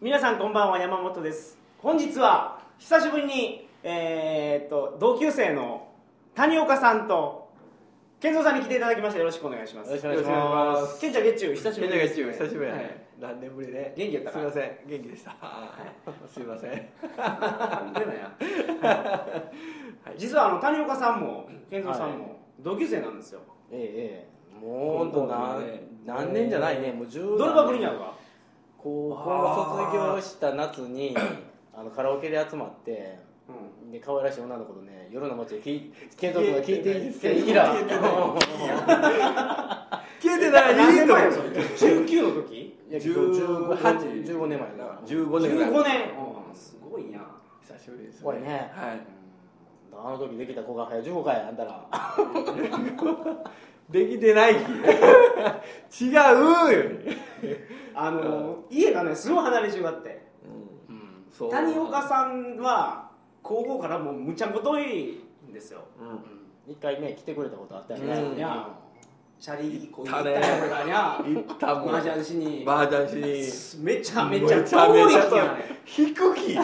皆さんこんばんは山本です本日は久しぶりにえーっと同級生の谷岡さんと健三さんに来ていただきましたよろしくお願いしますよろしくおよ願ろいしくお願いしますしますケンちゃん月中久しぶみんりながです一応久しぶりやはね何年ぶりで元気やったかすいません元気でした すいませんい出ないや 実はあの谷岡さんも健三さんも同級生なんですよええええもう本当高校何のね何年じゃないねもう10どればぶりになるか高校卒業した夏にあのカラオケで集まってうんで可愛らしい女の子とね夜の街で聞い健三君が聞いていいですかい聞いてないいら聞いて消えてない何年前やそれ19の時いや18 15 15年前だから15年ぐらい15年うんすごいな久しぶりですね怖いねはいあの時できた子が早15回あんたらできてない違 うよりあの家がねすごい離れ中があってうんそう谷岡さんは高校からもうむちゃくどいんですようん一回ね来てくれたことあったよねうんいやシャリこう行ったねりとかにゃ行ったもんマージャンしにバーダンしにめちゃめちゃめちゃ遠めいちゃ人やね低き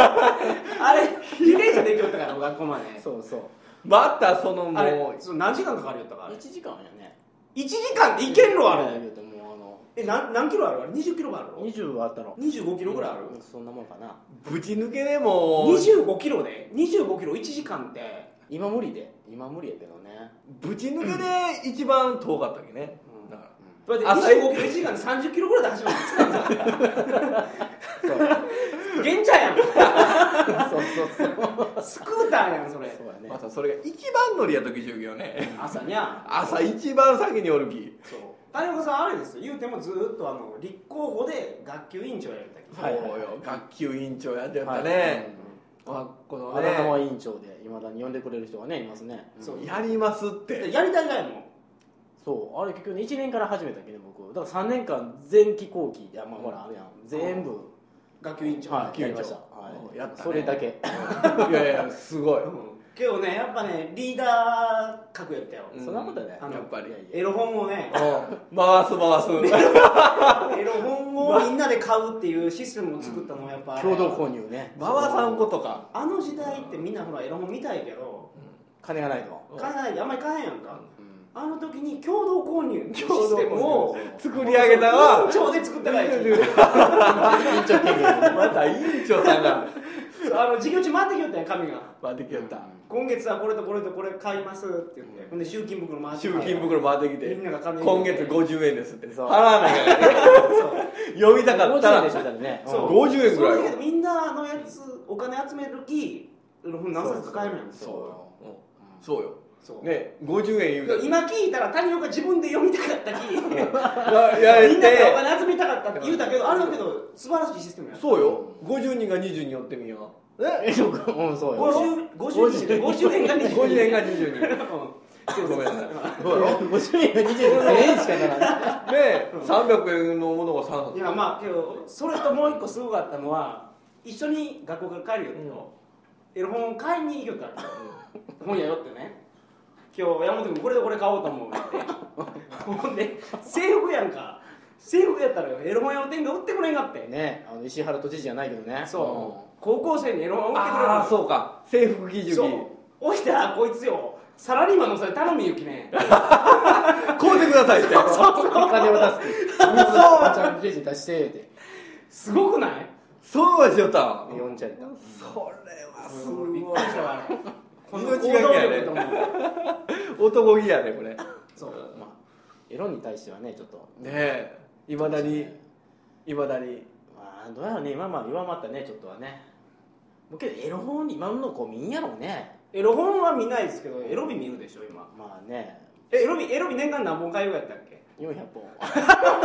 あれ自転車できよったから学校までそうそうまたそのあれもそう何時間かかるよったかあれ1時間やね1時間で行けんろあれ言うてもうあのえなん何キロあるあれ20キロもあるろ20はあったの25キロぐらいあるうんそんなもんかなうぶち抜けでもう25キロで25キロ1時間って今無理で今無理やけどねぶち抜けで一番遠かったわけねうんだからだって朝一25キロ1時間で30キロぐらいで 走るの そう現茶やんそうそうそうスクーターやんそれそうやねまたそれが一番乗りやとき授 業ね朝にゃ朝一番先におるきそう谷岡さんあれですよ言うてもずーっとあの立候補で学級委員長やるたきはいそうよ学級委員長やってはたいねあこうんのあだ名はね委員長でいまだに呼んでくれる人がねいますねそうやりますってやりたいがやもんそうあれ結局ね1年から始めたっけど僕だから3年間前期後期いやまあほらあるやん全部学級委員長、はい級委や員り長ましたはいやったねそれだけ いやいや すごいうんけどねやっぱねリーダー格やったよ、うんそんなことないあのやっぱりいやいやエロ本を ね回す回すエロ本をみんなで買うっていうシステムを作ったのはやっぱ、共同購入ね回さんことかあの時代ってみんなほらエロ本見たいけど金がないと買えないであんまり買えへんやんか、うんあの時に共同購入のシ共ス同購入テムを作り上げたわ 委員長で作ったからや委員長権限また委員長さんがあの授業中回ってきよったんや紙が回ってきよった今月はこれとこれとこれ買いますって言って、ほんで集金袋回して集金袋回ってきてみんなが金今月50円ですって払そうわないからね呼びたかった50らでしょだってねそう50円ぐらいそうだけどみんなのやつお金集めるき何冊買えるやんそうそうようんそうよそうね50円言うたら今聞いたら谷岡自分で読みたか ったきみんながいやいやお金集めたかったって言うたけどあるけど素晴らしいシステムやんそうよ50人が20に寄ってみようええそうかうんそうよ50 50人で50円が20 50円が20 20人ごめんなさいそうよ50円が20円しかならないで300円のものが3い発やまあけどそれともう一個すごかったのは一緒に学校から帰るよってよエロ本を買いに行くから本屋よってね今日山本君これとこれ買おうと思うってほんで制服やんか制服やったらよエロ本屋の店が売ってくれんかってねあの石原都知事じゃないけどねそう高校生にエロ本売ってくれるああそうか制服義塾そうおいたらこいつよサラリーマンのそれ頼みゆき ね買うてくださいってうんお金を出すってそうちゃんとレジ出してってすごくないそうはしよった呼んじゃったそれはす俺びっごくりしたわあれこの行動 命がけやね力と思うい男気やねこれねそうまあエロに対してはねちょっとえいまだにいまだにまあどうやろうね今まあ弱まったねちょっとはねもうけどエロ本今の子見んやろうねエロ本は見ないですけどエロビ見るでしょ今まあねえエロビエロビ年間何本買うやったっけ400本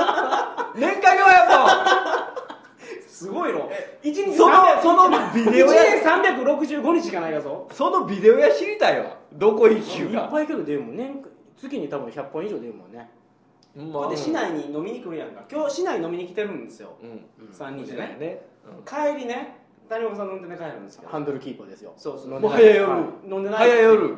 年間がやっすごいろ一ぱ日そ300のそのビデオ一や年365日しかないだぞそのビデオや知りたいわどこ行きゅういっかぱいけど出るもんね月に多分100本以上出るもんねうんここで市内に飲みに来るやんか今日市内飲みに来てるんですようん3人で市内ねね帰りね谷岡さん飲んでね帰るんですけハどンドルキーパーですよそうそう飲んもう早いでない夜はい飲んでない早い夜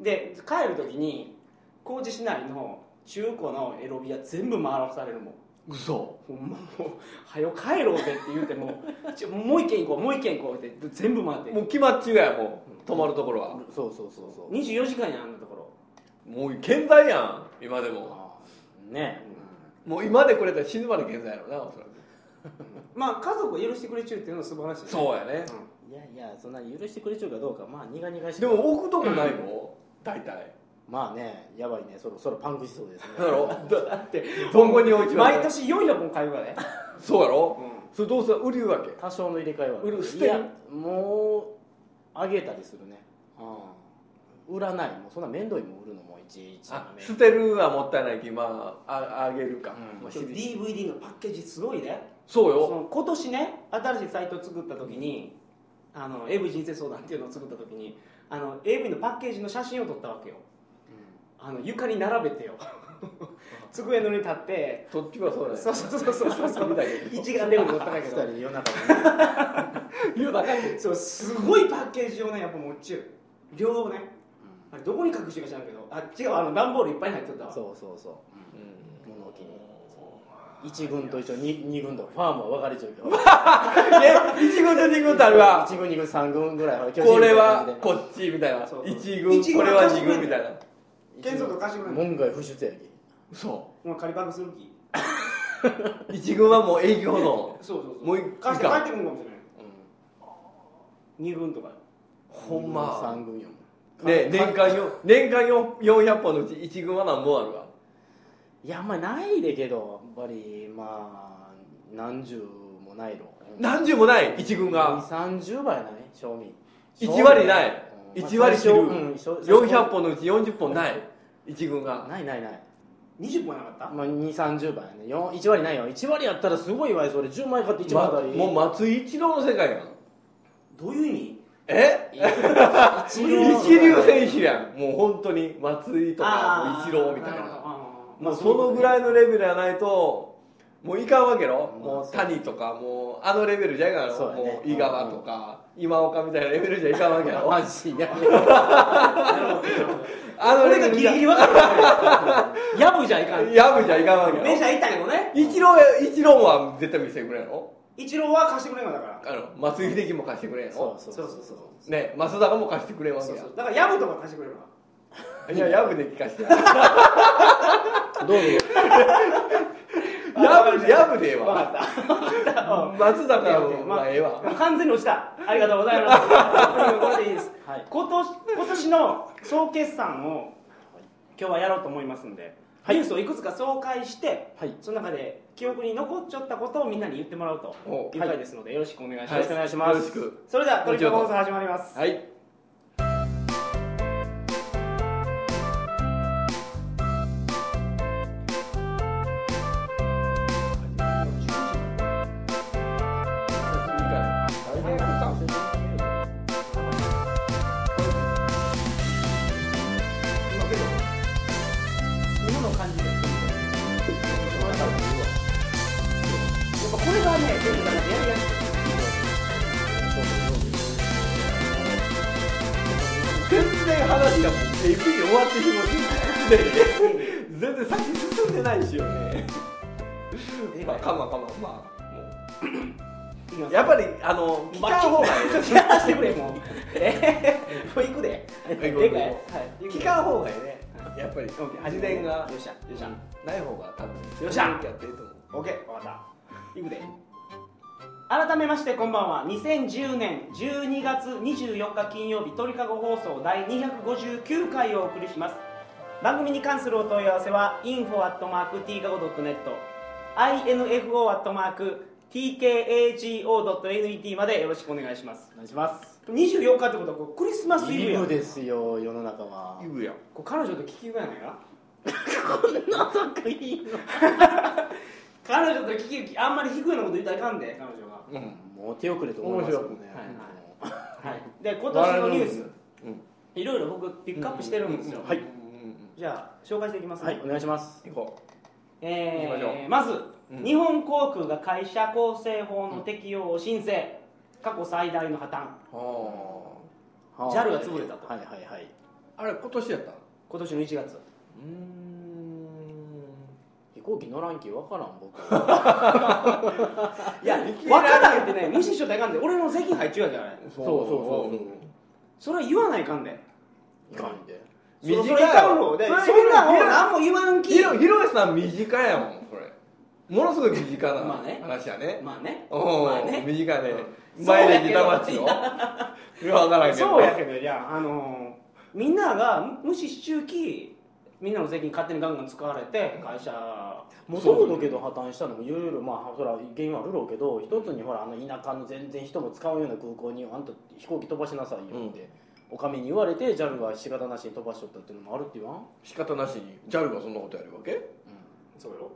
で帰る時に高知市内の中古のエロビア全部回らされるもん嘘ほんまもう「はよ帰ろうぜ」って言うてもちょもう一軒行こうもう一軒行こう」って全部回ってもう決まっちゅうやんもう泊まるところはそうそうそうそう24時間やんあんなところもう健在やん今でもあーねえもう今でくれたら死ぬまで健在やろなおそらくまあ家族を許してくれちゅうっていうのは素晴らしいねそうやねいやいやそんなに許してくれちゃうかどうかまあ苦々しいでも置くとこないの大体まあねやばいねそろそろパンクしそうですねだろだってどこに置いて毎年400本買うからね、そうやろうそれどうする売りわけ多少の入れ替えはある売る捨いてるやもうあげたりするねうん売らないもうそんな面倒いもん売るのもいちいちあ面捨倒てるはもったいないきまあああげるか、うんまあん、し DVD のパッケージすごいねそうそよの今年ね新しいサイト作った時にあの AV 人生相談っていうのを作った時にあの AV のパッケージの写真を撮ったわけよあの床に並べ てよ机の上に立ってそっちはそうだそうよそうそうそうそうそう見たけど一眼レフで撮ったんだけ二ど人で夜中に夜中にそうすごいパッケージをねやっぱ持っちゅう両方ねあれどこに隠してるか知らんけどあ違うあの段ボールいっぱい入ってたわそうそうそううん物置に一軍と一緒に二軍とファームは分かれちゃうけどえ一軍と二軍とあるわ一軍二軍三軍ぐらいは巨人こみたれいな感はじでこっちみたいなそうそう一軍一軍これは二軍みたいな剣道と貸してくれ門外不出やき嘘お前仮パクする気一軍はもう営業のそうそうそうもう一回貸して帰ってくるかもしれないうん二軍とかほんま三軍よね年間よ年間よ400本のうち一軍は何本あるわいやあんまりないでけどやっぱりまあ何十もないろ何十もない一軍が30倍ない賞味1割ないうん1割切るうん400本のうち40本ない一軍がないないない、 20本なかったまあ、230倍やねよん1割ないよ1割やったらすごいわよそれ10枚買って1枚当たり、もう松井一郎の世界やんどういう意味え一一流流選手やんもう本当に松井とかあー一郎みたいるほなどあーもうそのぐらいいのレベルやないともういかんわけろ、まあもそうう谷とかもうあのレベルじゃいかんそうろ、やねもう井川とか、今岡みたいなレベルじゃいかんわけやろマジやなるほどなるほど あのこレれがベルギじリゃギリ分かるやぶじゃいかんやぶじゃいかんわけメジやャー行ったけどねろ一郎や一郎は絶対見せてくれんやろ一郎は貸してくれんわだからあの松井秀喜も貸してくれんやそろうそうそうそうそうそうそね増田も貸してくれんわけそうやそうだからやぶとか貸してくれるわいややぶで聞かしてやどうぞやぶでやぶでええわ分かった松坂オッケーオッケはーまあええわ完全に落ちたありがとうございますこれでいいです、はい今年今年の総決算を今日はやろうと思いますんで、ニュースをいくつか紹介してはいその中で記憶に残っちゃったことをみんなに言ってもらうおという回ですので、よろしくお願いします、よろしくお願いしますよろしくそれではトリック放送始まります、はい今の感じでやっぱこれがね全部がねやりやすい全然話がもうえぐい終わってしまって全然先進んでないしよねまあかまかままあいきまもうすやっぱりあの来た方がいいちょっとやらしてくれもうえー、 もう行くで行こうでかい行こはい聞かん方がいいねやっぱりオッケー自伝がよっしゃよっしゃない方が多分よっしゃ雰囲気やっていいと思うオッケーわかった行くで改めましてこんばんは2010年12月24日金曜日鳥かご放送第259回をお送りします番組に関するお問い合わせは info.tkago.net info.tkago.net までよろしくお願いしますお願いします24日ってことはこうクリスマスイブイやブんですよ世の中はイブやこう彼女と聞き具合ないか仲いいの 彼女と聞きあんまり低いようなこと言ったらいかんで彼女がうんもう手遅れと思いますよねはいはいで今年のニュースうんいろいろ僕ピックアップしてるんですよ、はいうんうんじゃあ紹介していきますね、はいお願いしますうん行こえ行きましょー、まず、うん日本航空が会社構成法の適用を申請、過去最大の破綻うあはあ JAL が潰れたとはいはいはいああれ今年やった今年の1月うーん飛行機乗らんき 分からんい僕や分からんってね無視しとったらいかんで俺の席入っちゅうやじゃないそうそうそうそれは言わないかんでいかんでそれ短そいれいかんのでそそれんなんいもうらん何も言わんひきろひろゆきさん身近やもんそれものすごい身近なまあね話やねまあねうん、まあね身近でうん前で下駄待ち よいや分からんけどそうやけどじゃあ、あのーみんなが無視しちゅうきみんなの責任勝手にガンガン使われて会社もともとけど破綻したのもいろいろまあそら原因はあるろうけど一つにほらあの田舎の全然人も使うような空港にあんた飛行機飛ばしなさいよって、おかみに言われて JAL が仕方なしに飛ばしとったっていうのもあるって言わん、仕方なしに JAL がそんなことやるわけそうよ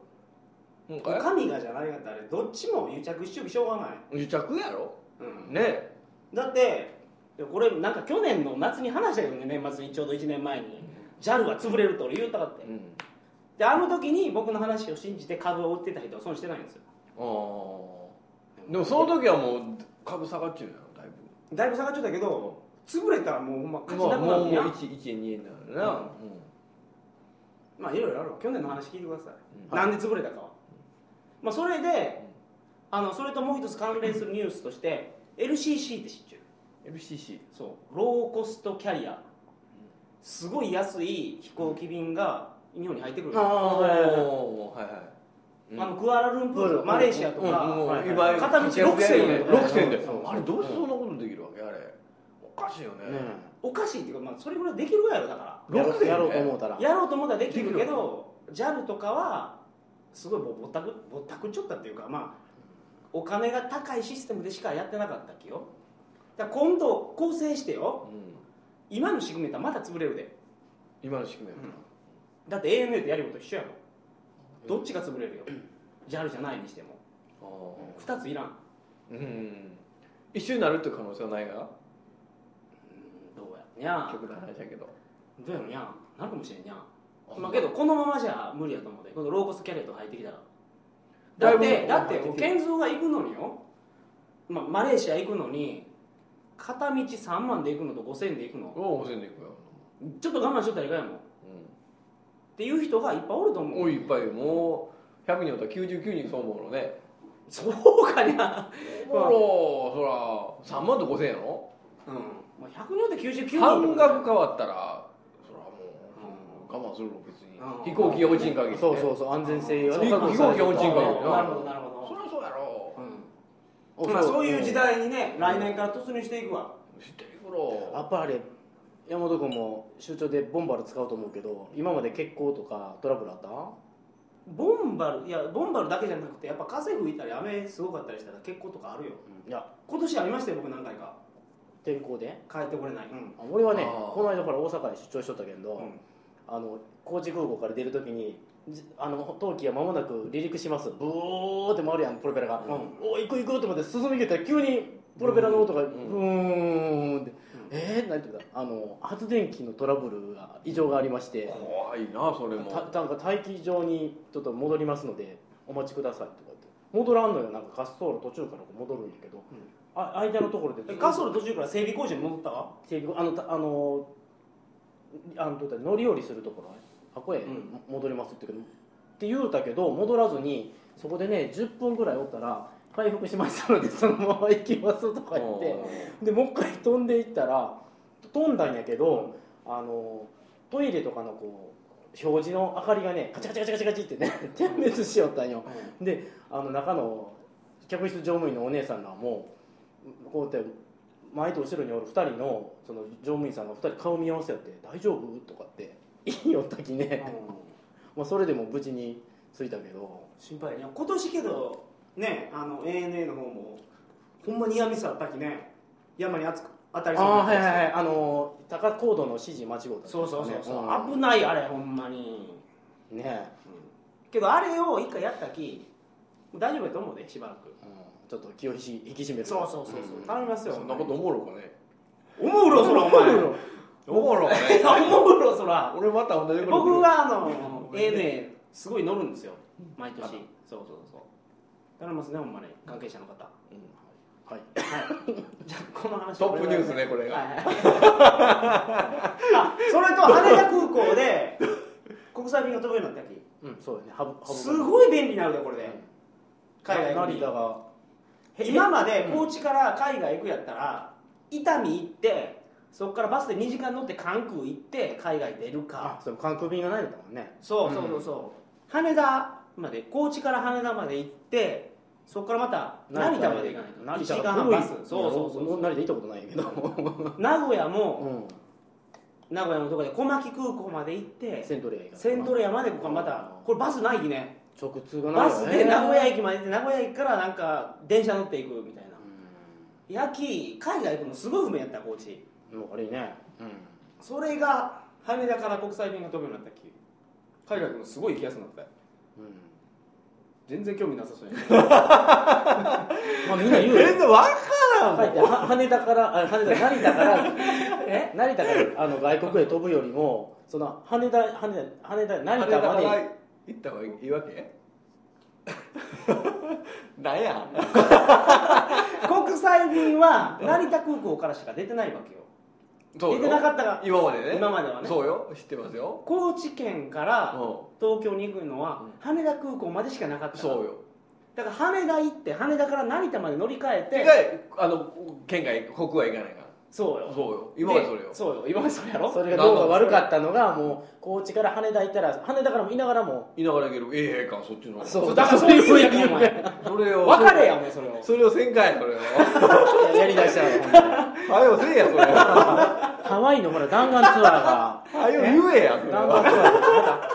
なんか神がじゃないが誰どっちも癒着しちゅうきしょうがない、癒着やろうんねだっていやこれなんか去年の夏に話したよね年末にちょうど1年前に JAL は潰れると俺言ったかってうんであの時に僕の話を信じて株を売ってた人は損してないんですよああでもその時はもう株下がっちゅうやろだいぶだいぶ下がっちゃったけど潰れたらもうほんま価値まなあくなもうるやん1円2円だからな、うんまあいろいろあるわ去年の話聞いてください、うんなんで潰れたかは、まあ、それであのそれともう一つ関連するニュースとして LCC って知ってる LCC そうローコストキャリアすごい安い飛行機便が日本に入ってくる、あおーはいははいはいいはいうんのクアラルンプーうルんマレーシアとうんか、もうはいはい今片道6000円6 0円でそうあれどうしてそんなことできるわけあれおかしいよねねおかしいっていうか、まあ、それぐらいできるぐらいやろだかえやろ6000円やろうと思うたららやろうと思ったらできるでけきるど JAL とかはすごいぼぼったくぼったくっちょったっていうかまあお金が高いシステムでしかやってなかったっけよだから今度構成してようん今の仕組みやったらまた潰れるで今の仕組みやだって ANA とやること一緒やもんどっちが潰れるよ JAL じゃないにしてもああ2ついらんうん一緒になるって可能性はないがどうやにゃん極端な話やけどどうやろにゃんなるかもしれんにゃんまあけどこのままじゃ無理やと思うでこのローコストキャリアとか入ってきたらだだいっぶてだって入ってきてる健三が行くのによ、まあ、マレーシア行くのに片道3万で行くのと5000円で行くのおお5000円でいくよちょっと我慢しとったらいかんやもんっていう人がいっぱいおるとうん思おういいっぱいよもう100人おったら99人そう思うのねそうかにゃほらそら3万と5000円やろうん、まあ、100人で99人半額変わったらそれはもう我慢するの別にうん飛行機用賃限りねそうそうそう安全性が飛行機されて飛行機な運賃るかけほてどなるほどなるほそりゃそうやろど、おうんまあ、そういう時代にね来年から突入していくわ知ってる頃やっぱり山本君も出張でボンバル使うと思うけど今まで欠航とかトラブルあったボンバルいやボンバルだけじゃなくてやっぱ風吹いたり雨すごかったりしたら結構とかあるよいや今年ありましたよ僕何回か天候で帰ってこれない、うんあ俺はねあーこの間ほら大阪に出張しとったけど、うんあの高知空港から出るときにじあの冬季が間もなく離陸しますブーって回るやんプロペラが、うんおー行く行くと思って進み切ったら急にプロペラの音がブんーンって、えー、なんて言うんだあの発電機のトラブルが異常がありまして、怖いなそれたもなんか待機場にちょっと戻りますのでお待ちくださいとか言って戻らんのよなんか滑走路途中からこう戻るんだけど、あ間のところでえガソル途中から整備工事に戻ったわ整備あのたあのあのどうだ乗り降りするところねあこへ、うんも戻りますって言うけどって言うたけど戻らずにそこでね10分ぐらいおったら回復しましたのでそのまま行きますとか言ってでもう一回飛んでいったら飛んだんやけど、あのトイレとかのこう表示の明かりがねカチカチカチカチカチってね 点滅しよったんよであの中の客室乗務員のお姉さんらもうこうやって前と後ろにおる2人のその乗務員さんが2人顔見合わせやって「大丈夫?」とかって言いよったきね、まあ、それでも無事に着いたけど心配ね今年けどねあの ANA の方もほんまに嫌ミスあったきね山に熱く当たりそうにあなあーったはいやつはいはいあの高高度の指示間違うたねそうそうそうそう、ね危ないあれほんまに、うんねけどあれを一回やったき大丈夫やと思うでしばらくうんちょっと気を引き引き締めるそうそうそうそう、頼みますよそんなこと思うのかね思うろそらお 前い思うのかねや思うろそら俺また同じこと僕はあの ANA すごい乗るんですよ毎年そうそうそう頼みますねほんまに関係者の方はいじゃあこの話トップニュースねこれがはいはい あそれと羽田空港で国際便が飛ぶようになったきうんそうよねハブハブすごい便利なのでこれで海外行く成に田がへ今まで高知から海外行くやったら伊丹行ってそこからバスで2時間乗って関空行って海外出るあかそう関空便がないんだもんねそうそうそうそう、羽田まで高知から羽田まで行ってそこからまた成田まで行かないと1成時間田が半遠いバスそうそうそういや俺成田行ったことないけど名古屋うもん名古屋のとこで小牧空港まで行ってセントレア以外セントレアまでここはまたこれバスないね直通がないよねバスで名古屋駅まで行って名古屋駅からなんか電車乗っていくみたいなやき海外行くのすごい不便やった高知うんもう悪いねそれが羽田から国際便が飛ぶようになったき海外行くのすごい行きやすくなったようんうん全然興味なさそうやねまあみんな言うよ全然わからんも帰んっては羽田からあ羽田成田から え成田からあの外国へ飛ぶよりもその羽田羽田羽田成田まで羽田から行った方がいいわ けなんや国際便は成田空港からしか出てないわけよそうよ出てなかったが今までね今まではねそうよ知ってますよ高知県かうんら東京に行くのは羽田空港までしかなかったからそうよだから羽田行って羽田から成田まで乗り換え一て回あの県外国外行かないかそうらよそうよ今までそれよそうよ今までそれやろそれがどうが悪かったのがもう高知から羽田行ったら羽田からもいながらもいながら行けるええええかそっちの方がそうそうだからそういう理由やからお前それを分かれやお前それをそれをせんかいそれを や やりだしたのよほんまにはよせえやそれをはハワイのほら弾丸ツアよ言えやそーれが弾は丸ツアーがまだ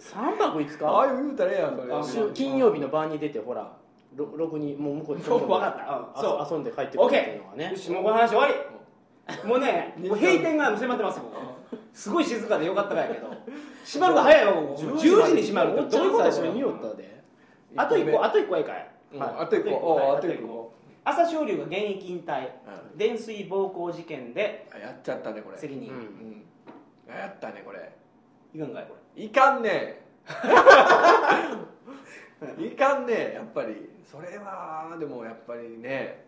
3泊5は日よ言うたらええやんそれはあ週金曜日の晩に出てほらろろくにもう向こうでそう分かったうんそう遊んで帰ってくるオッっていうケのはーねよしもうこの話終わりもうねもう閉店が迫ってますよここすごい静かでよかったかやけど閉まるが早いわここ10時に閉まるってどういうことで最初しに言おょったであと1個ああと1個はいいかいあと一個はいおうああとと一一個個朝青龍が現役引退電水暴行事件であやっちゃったねこれ責任うんうんあやったねこれいかんかいこいかんねえいかんねえやっぱりそれはでもやっぱりね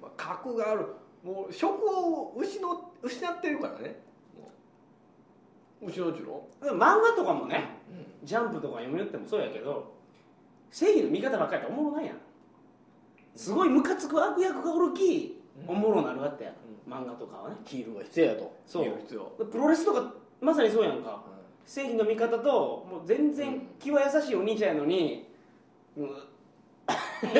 まあ格があるもう職を失失ってるからねもう失うちゅうの、れでも漫画とかもねジャンプとか読み寄ってもそうやけど正義の味方ばっかりやったらおもろないやんすごいムカつく悪役がおるきおもろなるわってやん漫画とかはねヒールが必要やとそう言必要、プロレスとかまさにそうやんか正義の味方ともう全うん然気は優しいお兄ちゃんやのに、 うん、そ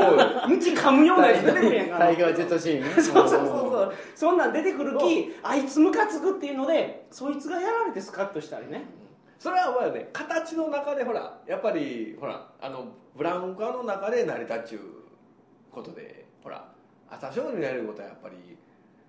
うよムチ噛むようなやつ出てくるやんかタイガージェットシーンね そうそうそうそうそんなん出てくるきあいつムカつくっていうのでそいつがやられてスカッとしたりねそれはまあね形の中でほらやっぱりほらあのブランカの中で成り立っちゅうことでほら朝青になることはやっぱり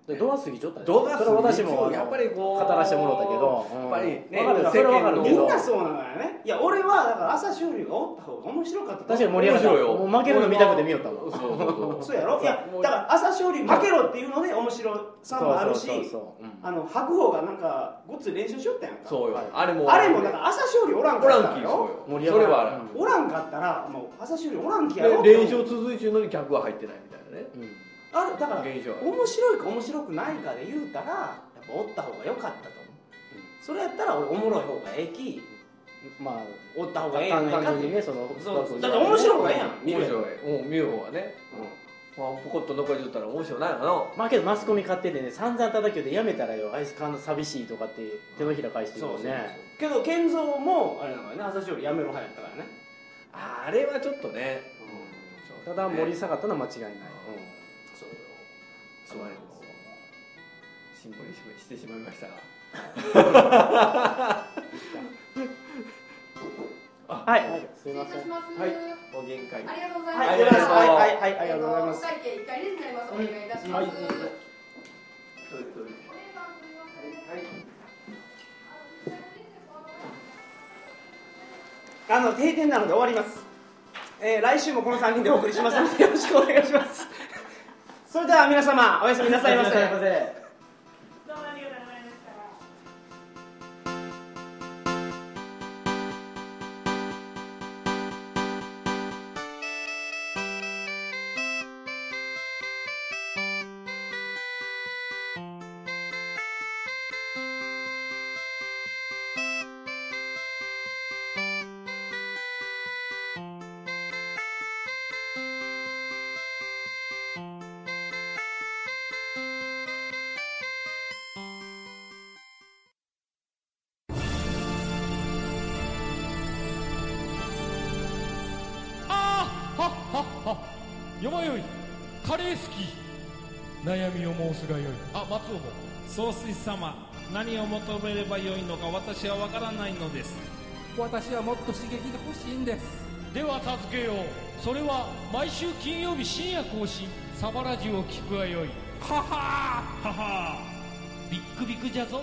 でドア過ぎちょったで動画それは私もあのやっぱりこう語らせてもらったけど、やっぱりねうんわかる世それは間わかのるけみんどなそうなのよねいや俺はだから朝青龍がおった方が面白かった確かに盛り上面がった白いよもう負けるの見たくて見よったもんそうそうそうそうやろいやもうだから朝青龍負けろっていうので面白さもあるしそうそうそうそうあの白鵬がなんかごっつい練習しよったやんかそうよ、はいあれもあれもだから朝青龍おらんおからっんたきんそうやろよ盛りそ上がれるはあうんおらんかったらもう朝青龍おらんきやれろ連勝続いてるのに客は入ってないみたいなねうんあれだから現象面白いか面白くないかで言うたらやっぱおった方が良かったと思う、それやったら俺おもろい方がええきまあおった方がええんや単ないかっ単純にてねそのそうだって面白い方がええやん見る面よ白いうん見る方がね、うんまあ、ポコッと残りとったら面白いないのかなまあけどマスコミ買っててね散々叩きよでやめたらよあいつ感寂しいとかって手のひら返してるもんねけど健三もあれなのよね朝青龍やめろ派やったからねあれはちょっとね、ただ盛りさ下がったのは間違いない、そうよそうよシンボリしてしまいましたがはい、すいません失礼いたします。はいご限界ありがとうございます。はいありがとうございますはいはいはいありがとうございますえっとお会計一回レジになります。お願いいたします。うんはいあの定点なので終わります、えー来週もこの3人でお送りしますのでよろしくお願いしますそれでは皆様おやすみなさいませおやすみなさいませどうもありがとうございました。よまよいカレー好き悩みを申すがよいあ松尾も総帥様何を求めればよいのか私は分からないのです私はもっと刺激が欲しいんですでは授けようそれは毎週金曜日深夜更新サバラジュを聞くがよいははははビックビックじゃぞ